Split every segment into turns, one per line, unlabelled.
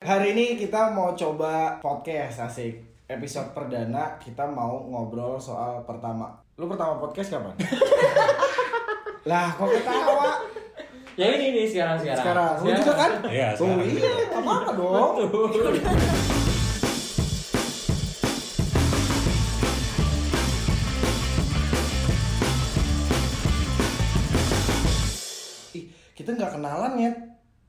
hari ini kita mau coba podcast asik. Episode perdana kita mau ngobrol soal pertama. Lu pertama podcast kapan? lah, kok ketawa?
Ya ini nih sekarang sekarang.
Sekarang. Lu juga kan?
Iya,
Oh
sekarang.
iya, apa-apa dong. Ih, kita nggak kenalan ya.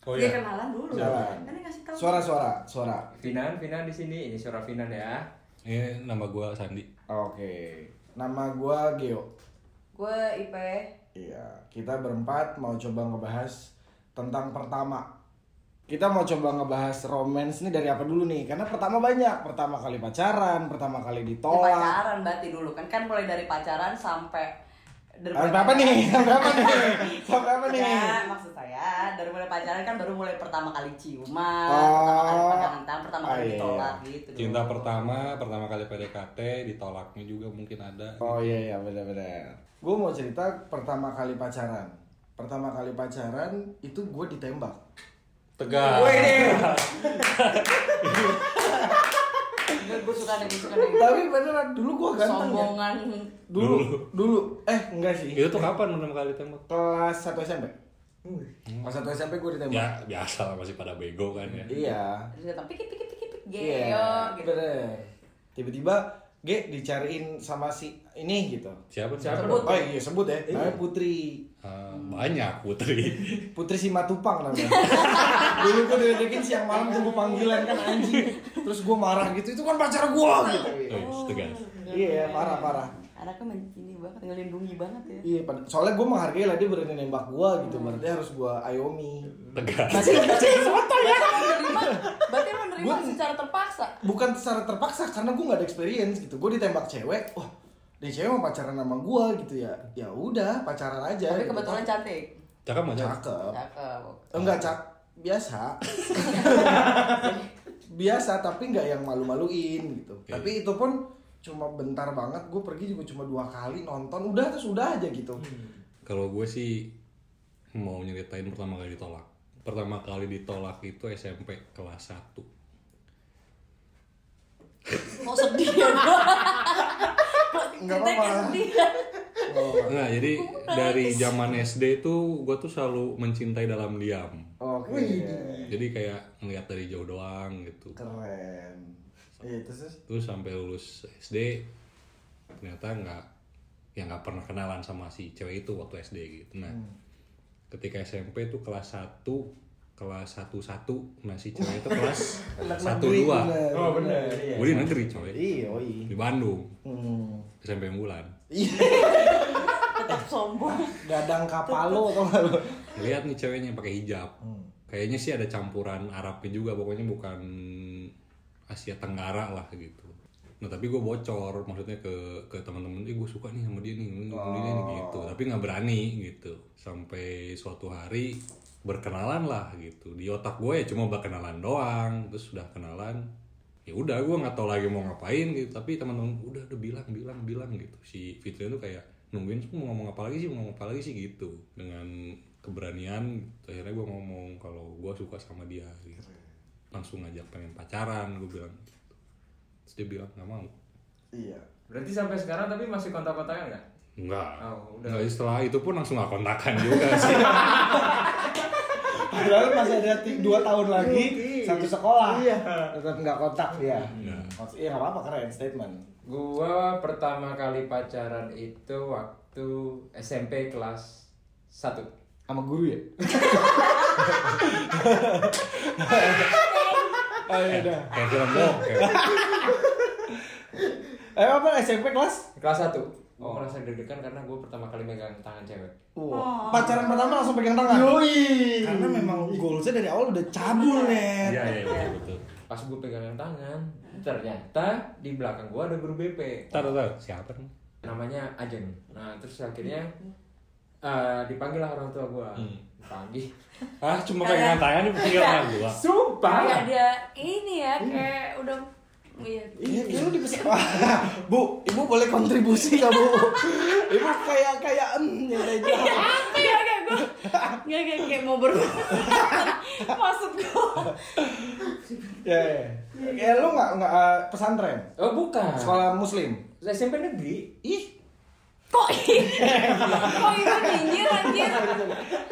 Oh
Dia
iya.
kenalan dulu.
Kenalan.
Kan dia ngasih tahu.
Suara-suara, suara.
Finan, Finan di sini. Ini suara Finan ya.
Ini nama gua Sandi.
Oke. Nama gua Geo.
Gue Ipe.
Iya, kita berempat mau coba ngebahas tentang pertama. Kita mau coba ngebahas romance nih dari apa dulu nih? Karena pertama banyak, pertama kali pacaran, pertama kali
Di
ditolak.
pacaran berarti dulu kan kan mulai dari pacaran sampai dari
Sampai apa nih? Sampai apa nih? Sampai apa nih?
Ya, maksud saya dari mulai pacaran kan baru mulai pertama kali ciuman, pertama kali
Oh.
pegangan tangan, pertama
Ah,
kali
iya,
ditolak gitu. dulu.
Cinta pertama, pertama kali PDKT, ditolaknya juga mungkin ada.
Oh iya iya benar-benar. Gue mau cerita pertama kali pacaran. Pertama kali pacaran itu gue ditembak.
Tegas.
Gue gue suka nih, gue suka nih.
Tapi beneran dulu gue ganteng ya.
Sombongan.
Dulu, dulu. Eh enggak sih.
Itu tuh kapan pertama kali tembak?
Kelas 1 SMP. Kelas 1 SMP gue ditembak.
Ya biasa lah masih pada bego kan ya.
Iya.
Terus datang pikit pikit pikit pikit
Iya,
geo gitu.
bener. Tiba-tiba G dicariin sama si ini gitu.
Siapa
Siapa?
dong?
Oh iya sebut ya. Namanya Putri.
Eh, banyak putri.
Putri si Matupang namanya. Dulu gue diledekin siang malam tunggu panggilan kan anjing. Terus gue marah gitu, itu kan pacar gue gitu.
Tuh, Oh, tegas.
Iya, parah-parah.
Anaknya men- ini banget, ngelindungi banget ya.
Iya, pad- soalnya gue menghargai lah dia berani nembak gue gitu. Berarti harus gue ayomi.
Tegas.
Masih kecil soto ya.
menerima, berarti lo menerima
Gua-
secara terpaksa.
Bukan secara terpaksa karena gue nggak ada experience gitu. Gue ditembak cewek, wah dia cewek mau pacaran sama gue gitu ya. Ya udah pacaran aja.
Tapi
gitu.
kebetulan cantik.
Cakep nggak cakep?
cakep.
Cakep.
Enggak cak biasa. biasa tapi nggak yang malu-maluin gitu.
Oke.
Tapi itu pun cuma bentar banget. Gue pergi juga cuma dua kali nonton. Udah terus udah aja gitu.
Kalau gue sih mau nyeritain pertama kali ditolak. Pertama kali ditolak itu SMP kelas 1
Mau sedih ya
Nggak
Ceritanya
apa-apa.
sedih.
Oh,
Nah jadi dari zaman SD tuh gue tuh selalu mencintai dalam diam.
Oh, Oke.
Jadi kayak ngeliat dari jauh doang gitu.
Keren. Iya terus terus.
Terus sampai lulus SD ternyata nggak ya nggak pernah kenalan sama si cewek itu waktu SD gitu. Nah
Hmm.
ketika SMP tuh kelas 1 kelas 11 nah si cewek itu kelas
Anak
12
negeri,
dua
bener.
Oh, bener, iya.
gue di negeri coy
Iya, oi.
di Bandung
Hmm.
SMP bulan
Iya,
Tetap sombong.
gadang kapalo tau gak lu?
lihat nih ceweknya pakai hijab
Hmm.
kayaknya sih ada campuran Arabnya juga pokoknya bukan Asia Tenggara lah gitu nah tapi gue bocor maksudnya ke ke teman-teman eh gue suka nih sama dia nih ini ini nih," gitu tapi nggak berani gitu sampai suatu hari berkenalan lah gitu di otak gue ya cuma berkenalan doang terus sudah kenalan ya udah gue nggak tahu lagi mau ngapain gitu tapi teman-teman udah udah bilang bilang bilang gitu si Fitri tuh kayak nungguin "Lu mau ngomong apa lagi sih mau ngomong apa lagi sih gitu dengan keberanian gitu. akhirnya gue ngomong kalau gue suka sama dia gitu langsung ngajak pengen pacaran gue bilang gitu. terus dia bilang nggak mau
Iya.
Berarti sampai sekarang tapi masih kontak-kontakan nggak?
nggak
Oh, udah.
nggak setelah itu pun langsung nggak kontakan juga sih
Padahal masih ada ti- dua tahun lagi satu sekolah. Iya. Tetap nggak kontak ya. Iya nggak apa-apa keren statement.
Gua pertama kali pacaran itu waktu SMP kelas 1
Sama guru ya. Ayo Oh, iya, dah.
kayak film bokep
Eh apa SMP kelas?
Kelas Oh. 1 Gue merasa deg-degan karena gue pertama kali megang tangan cewek
Wah, pacaran pertama langsung pegang tangan. Yoi. Karena memang goalsnya dari awal udah cabul nih.
iya iya betul betul
Pas gue pegang tangan Ternyata di belakang gue ada guru BP
tar tar, tar siapa nih
namanya Ajeng. Nah, terus akhirnya eh, dipanggil lah orang tua gua. Dipanggil.
ah cuma pegangan tangan di pikiran gue
Kayak
Sumpah.
ada ini ya, kayak udah Iya.
Iya, kayak lu di pesawat. Bu, ibu boleh kontribusi nggak bu? Ibu kayak kayak em nyantai
Iya, apa ya kayak gue Nggak kayak, kayak mau ber Maksud gua
Ya, ya. Eh, lu nggak nggak eh, pesantren?
Oh bukan.
Sekolah muslim?
SMP negeri.
Ih.
Kok ini? Kok itu nyindir anjir?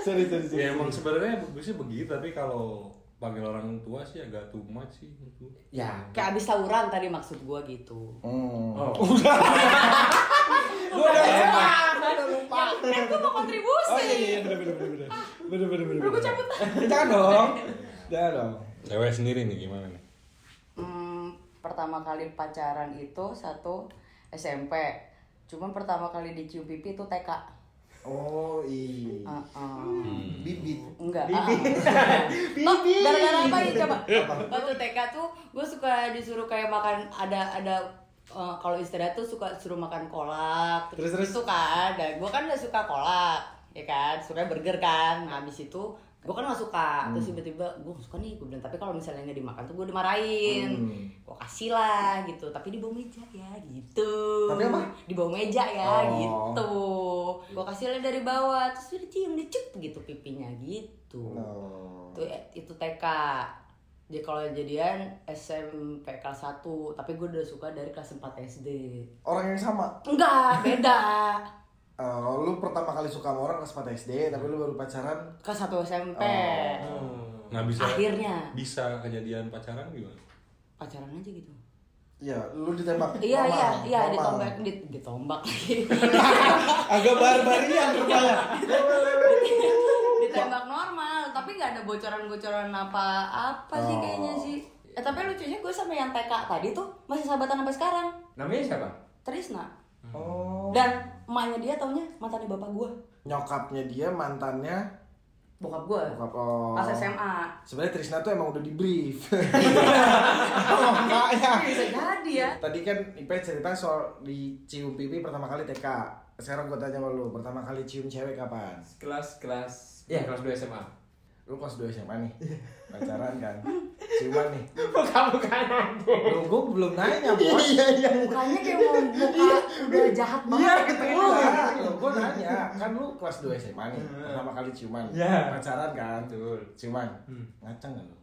Sorry, sorry, sorry.
ya emang sebenarnya bagusnya begitu tapi kalau panggil orang tua sih agak too much sih itu
Ya.
Kayak abis tawuran tadi maksud gua gitu
Hmm.
Oh.
Gua udah lupa. Gua udah lupa.
Ya, kan gua mau kontribusi
Oh iya iya bener bener bener bener bener bener bener.
Udah, gua cabut.
Jangan dong. Jangan dong.
cewek sendiri nih gimana nih
Hmm, pertama kali pacaran itu satu SMP. Cuman pertama kali dicium pipi itu TK.
Oh iya.
Heeh.
Bibit.
Enggak. ah. Oh, gara-gara apa ya coba? Waktu TK tuh gue suka disuruh kayak makan ada ada eh, kalau istirahat tuh suka suruh makan kolak
Terus, terus?
itu kan dan gue kan gak suka kolak ya kan suka burger kan nah, habis itu gue kan gak suka
Hmm.
terus tiba-tiba gue suka nih gue bilang tapi kalau misalnya nggak dimakan tuh gue dimarahin
Hmm.
gue kasih lah gitu tapi di bawah meja ya gitu
Tapi apa?
di bawah meja ya
Oh.
gitu gue kasih lah dari bawah terus dia cium dia cep gitu pipinya gitu
No. Oh.
itu eh, itu TK jadi kalau jadian SMP kelas 1 tapi gue udah suka dari kelas 4 SD
Orang yang sama.
enggak beda
Eh, lu pertama kali suka sama orang kelas 4 SD, tapi lu baru pacaran.
kelas 1 SMP
Oh,
nah
hmm.
bisa
Akhirnya.
bisa kejadian pacaran gimana
pacaran aja gitu
Ya, lu ditembak.
iya
Normal,
iya iya
normal.
ditombak di- ditombak lagi
Agak barbarian rupanya.
ditembak normal tapi nggak ada bocoran-bocoran apa-apa sih
Oh.
kayaknya sih eh, tapi lucunya gue sama yang TK tadi tuh masih sahabatan sampai sekarang
Namanya siapa?
Trisna
Oh.
dan emaknya dia taunya mantannya bapak gue
Nyokapnya dia mantannya Oh.
bokap gue
Bokap lo.
pas SMA
Sebenarnya Trisna tuh emang udah di brief. oh, enggak
bisa jadi ya
Tadi kan Ipe cerita soal dicium pipi pertama kali TK. Sekarang gue tanya sama lu, pertama kali cium cewek kapan?
Kelas kelas. Ya kelas 2 SMA.
Lu kelas 2 SMA nih, pacaran kan? Ciuman nih.
Bukan bukan aku.
Lu gue belum nanya, Bos. Iya, iya.
mukanya kayak mau buka udah jahat banget gitu.
Iya, ketemu Gue nanya, kan lu kelas 2 SMA nih, pertama kali ciuman.
Iya.
Pacaran kan?
Betul.
Ciuman.
Hmm.
Ngaceng gak lu?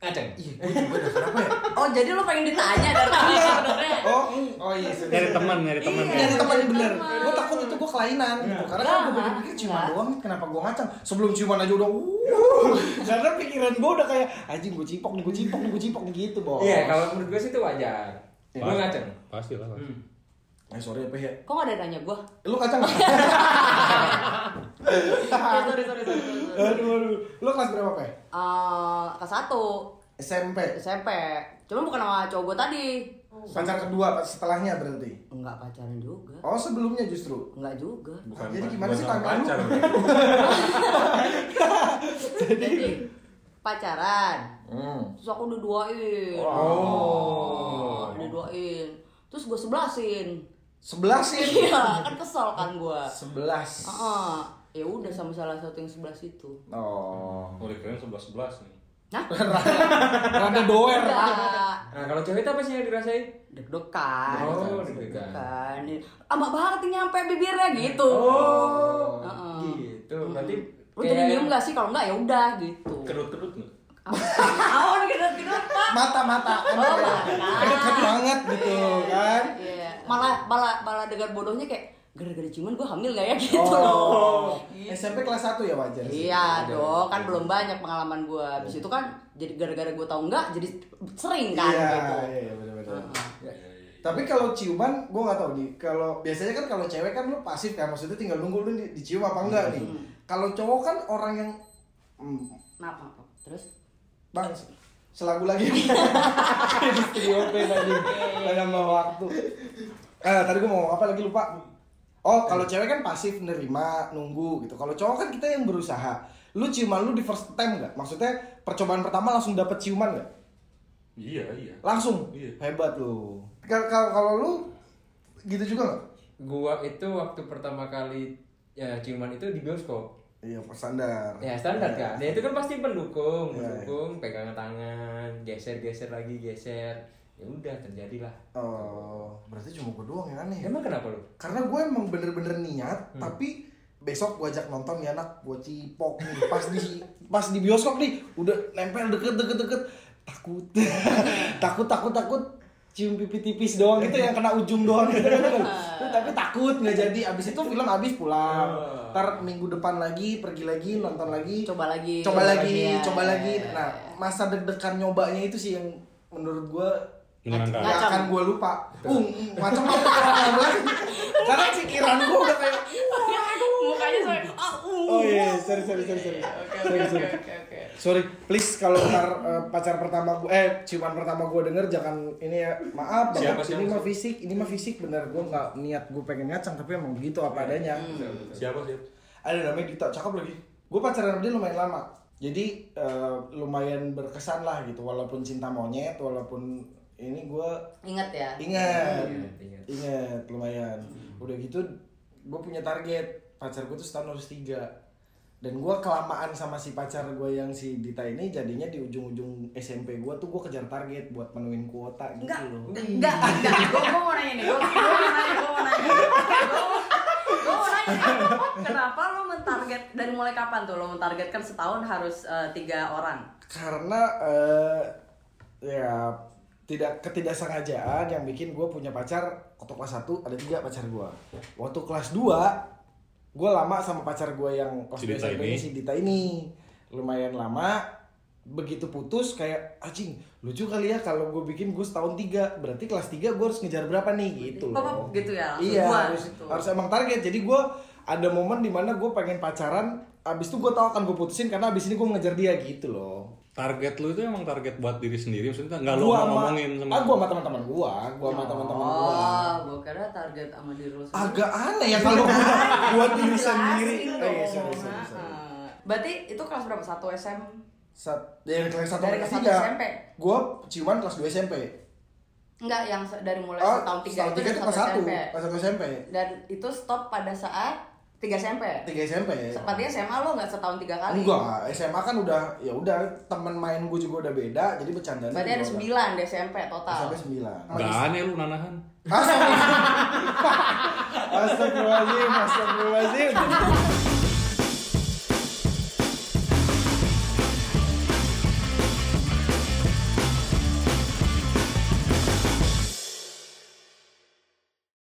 Ada.
Iya, gue juga udah kenapa ya?
oh jadi lo pengen ditanya dari tadi sebenarnya
Oh, oh iya.
nyari
sebenarnya.
teman nyari teman
Iya.
nyari teman
Nyari Iya,
bener
teman.
gue takut itu gue kelainan gitu karena kan gue
Enggak,
pikir ciuman
enggak.
doang nih, kenapa gue ngacang sebelum ciuman aja udah wuh karena pikiran gue udah kayak anjing gue cipok nih gue cipok nih gue cipok nih gitu bos
Iya kalau menurut gue sih itu wajar.
Iya.
Gue ngaceng.
pasti lah pasti.
Hmm.
eh sorry apa ya
kok gak ada yang nanya gue
lu kacang nggak
sorry sorry sorry sorry, sorry.
aduh aduh lu kelas berapa pe
Eh, kelas satu
SMP
SMP cuma bukan sama cowok gue tadi
pacar kedua setelahnya berarti
nggak pacaran juga
oh sebelumnya justru
nggak juga
Jadi
pa-
gimana sih
bukan
tanggal lu?
pacar,
jadi pacaran
hmm.
terus aku diduain
Oh.
diduain terus gue sebelasin
sebelasin
iya kan kesel kan gue
sebelas
Heeh. ya udah sama salah satu yang sebelas itu
oh
Mulai keren sebelas sebelas nih.
Nah,
rada doer
enggak.
Nah kalau cewek itu apa sih yang dirasain?
Deg-degan.
Oh,
Deg-degan. Iya. Lama banget nih nyampe bibirnya gitu.
Oh.
Heeh.
Gitu. Berarti
Lu Uh-uh. Oh, jadi nyium gak sih? Kalau enggak ya udah gitu.
Kerut-kerut nggak?
Awan kedut-kedut, Pak.
mata mata
Oh,
dekat banget gitu kan
Iya. Malah malah malah dengan bodohnya kayak gara-gara ciuman gue hamil gak ya gitu
Oh,
loh. Gitu.
SMP kelas 1 ya wajar sih.
Iya dong, kan belum
gitu.
banyak pengalaman gue. Habis itu kan jadi gara-gara gue tau enggak, jadi sering kan
Iya,
gitu.
iya, iya, benar-benar. Ya. Tapi kalau ciuman, gue nggak tahu nih. Kalau biasanya kan kalau cewek kan lu pasif kan, maksudnya tinggal nunggu lu di- dicium apa enggak
Hmm.
nih. Kalau cowok kan orang yang hmm,
Maaf, maaf, maaf. Nah, Terus?
bang selagu lagi. Iya, Jadi stereotype tadi sama waktu. Eh, tadi gue mau ngomong apa lagi lupa. Oh, kalau cewek kan pasif nerima, nunggu gitu. Kalau cowok kan kita yang berusaha. Lu ciuman lu di first time nggak? Maksudnya percobaan pertama langsung dapet ciuman nggak?
Iya iya.
langsung
Iya.
hebat lu Kal- kal- kalau lu gitu juga nggak
Gua itu waktu pertama kali ya, ciuman itu di bioskop.
iya standar
Ya standar kan. Nah itu kan pasti pendukung,
Iya, iya.
pendukung, pegangan tangan, geser-geser lagi, geser. Ya udah terjadilah.
oh berarti cuma gue doang yang aneh
Emang kenapa lu?
Hmm.
karena gue emang bener-bener niat tapi besok gua ajak nonton ya anak gua cipok nih pas di pas di bioskop nih udah nempel deket deket deket takut takut takut takut cium pipi tipis doang gitu yang kena ujung doang gitu kan. tapi takut nggak jadi abis itu film abis pulang ntar minggu depan lagi pergi lagi nonton lagi
Hmm. Coba lagi.
coba lagi
ya.
coba lagi nah masa deg-degan nyobanya itu sih yang menurut gua
menyenangkan
Gak
Ngacam.
akan gue lupa. Uh, macam apa kalau lagi? Karena pikiran gue udah kayak
Mukanya sorry. Ah, uh.
Oh iya, sorry sorry sorry sorry.
Oke, oke, oke, oke, oke.
Sorry, please kalau ntar eh, pacar pertama gue eh ciuman pertama gue denger jangan ini ya maaf
Siapa,
Bapak,
siapa,
ini mah
siapa?
fisik ini mah fisik bener gue nggak niat gue pengen ngacang tapi emang begitu apa adanya
Siapa sih?
ada namanya Dita cakep lagi gue pacaran sama dia lumayan lama jadi eh, lumayan berkesan lah gitu walaupun cinta monyet walaupun ini gue
Ingat ya.
ingat
Ingat, ingat.
ingat lumayan udah gitu gue punya target pacar gue tuh setahun harus tiga dan gue kelamaan sama si pacar gue yang si Dita ini jadinya di ujung-ujung SMP gue tuh gue kejar target buat menuin kuota gitu
Enggak,
loh
enggak, enggak. Gue mau nanya nih, gue mau nanya, gue mau nanya. Gue mau nanya, kenapa lo mentarget dari mulai kapan tuh lo mentargetkan setahun harus eh, tiga orang?
karena eh, ya tidak ketidaksengajaan yang bikin gue punya pacar waktu kelas 1 ada tiga pacar gue waktu kelas 2 gue lama sama pacar gue yang kelas
Si
dua
Dita
SMP
ini.
si Dita ini lumayan lama begitu putus kayak anjing lucu kali ya kalau gue bikin gue setahun tiga berarti kelas 3 gue harus ngejar berapa nih gitu loh
Pop, pop, gitu ya, langsung
iya
dua
harus,
gitu.
harus emang target jadi gue ada momen dimana gue pengen pacaran abis itu gue tau akan gue putusin karena abis ini gue ngejar dia gitu loh
target lu itu emang target buat diri sendiri maksudnya nggak lu
gua sama-
mau ngomongin sama
ah, gua sama teman-teman gua gua sama teman-teman gua
Oh, gue Ya kira target sama diri lo sendiri.
agak aneh ya kalau gua buat diri
Jelasin
sendiri
dong.
eh sorry sorry sorry
Iya, Heeh. Berarti itu kelas berapa? Satu SM?
Sat, dari kelas satu
Dari
ke
kelas satu
tiga
SMP.
gua ciuman kelas 2 SMP
Enggak, yang se- dari mulai
Oh,
tahun tiga
setahun
itu
tiga
dari
itu kelas satu
SMP.
kelas satu SMP
Dan itu stop pada saat tiga SMP.
tiga SMP
Sepertinya SMA lo nggak setahun tiga kali.
enggak SMA kan udah ya udah teman main gua juga udah beda jadi bercandaan
Berarti ada sembilan di SMP total.
SMP sembilan
nggak aneh lu nanahan
Astagfirullahaladzim Astagfirullahaladzim Astagfirullahaladzim